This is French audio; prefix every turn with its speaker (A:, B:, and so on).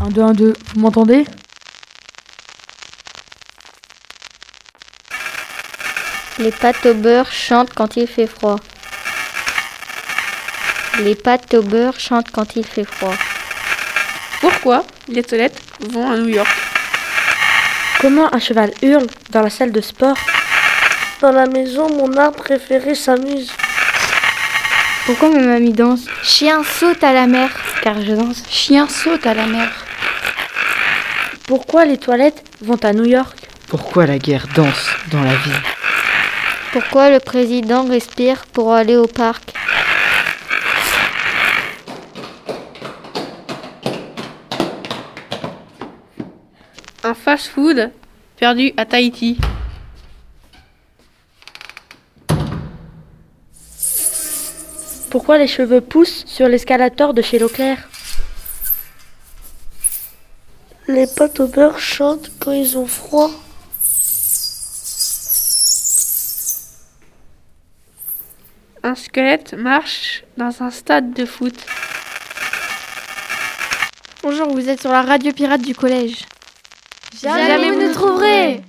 A: 1, 2, 1, 2. Vous m'entendez
B: Les pâtes au beurre chantent quand il fait froid. Les pâtes au beurre chantent quand il fait froid.
C: Pourquoi les toilettes vont à New York
D: Comment un cheval hurle dans la salle de sport
E: Dans la maison, mon arbre préféré s'amuse.
B: Pourquoi ma mamie danse Chien saute à la mer, car je danse.
C: Chien saute à la mer.
D: Pourquoi les toilettes vont à New York
F: Pourquoi la guerre danse dans la ville
B: Pourquoi le président respire pour aller au parc
C: Un fast-food perdu à Tahiti.
D: Pourquoi les cheveux poussent sur l'escalator de chez Leclerc
E: Les pâtes au beurre chantent quand ils ont froid.
C: Un squelette marche dans un stade de foot.
G: Bonjour, vous êtes sur la radio pirate du collège.
H: Jamais, vous ne trouverez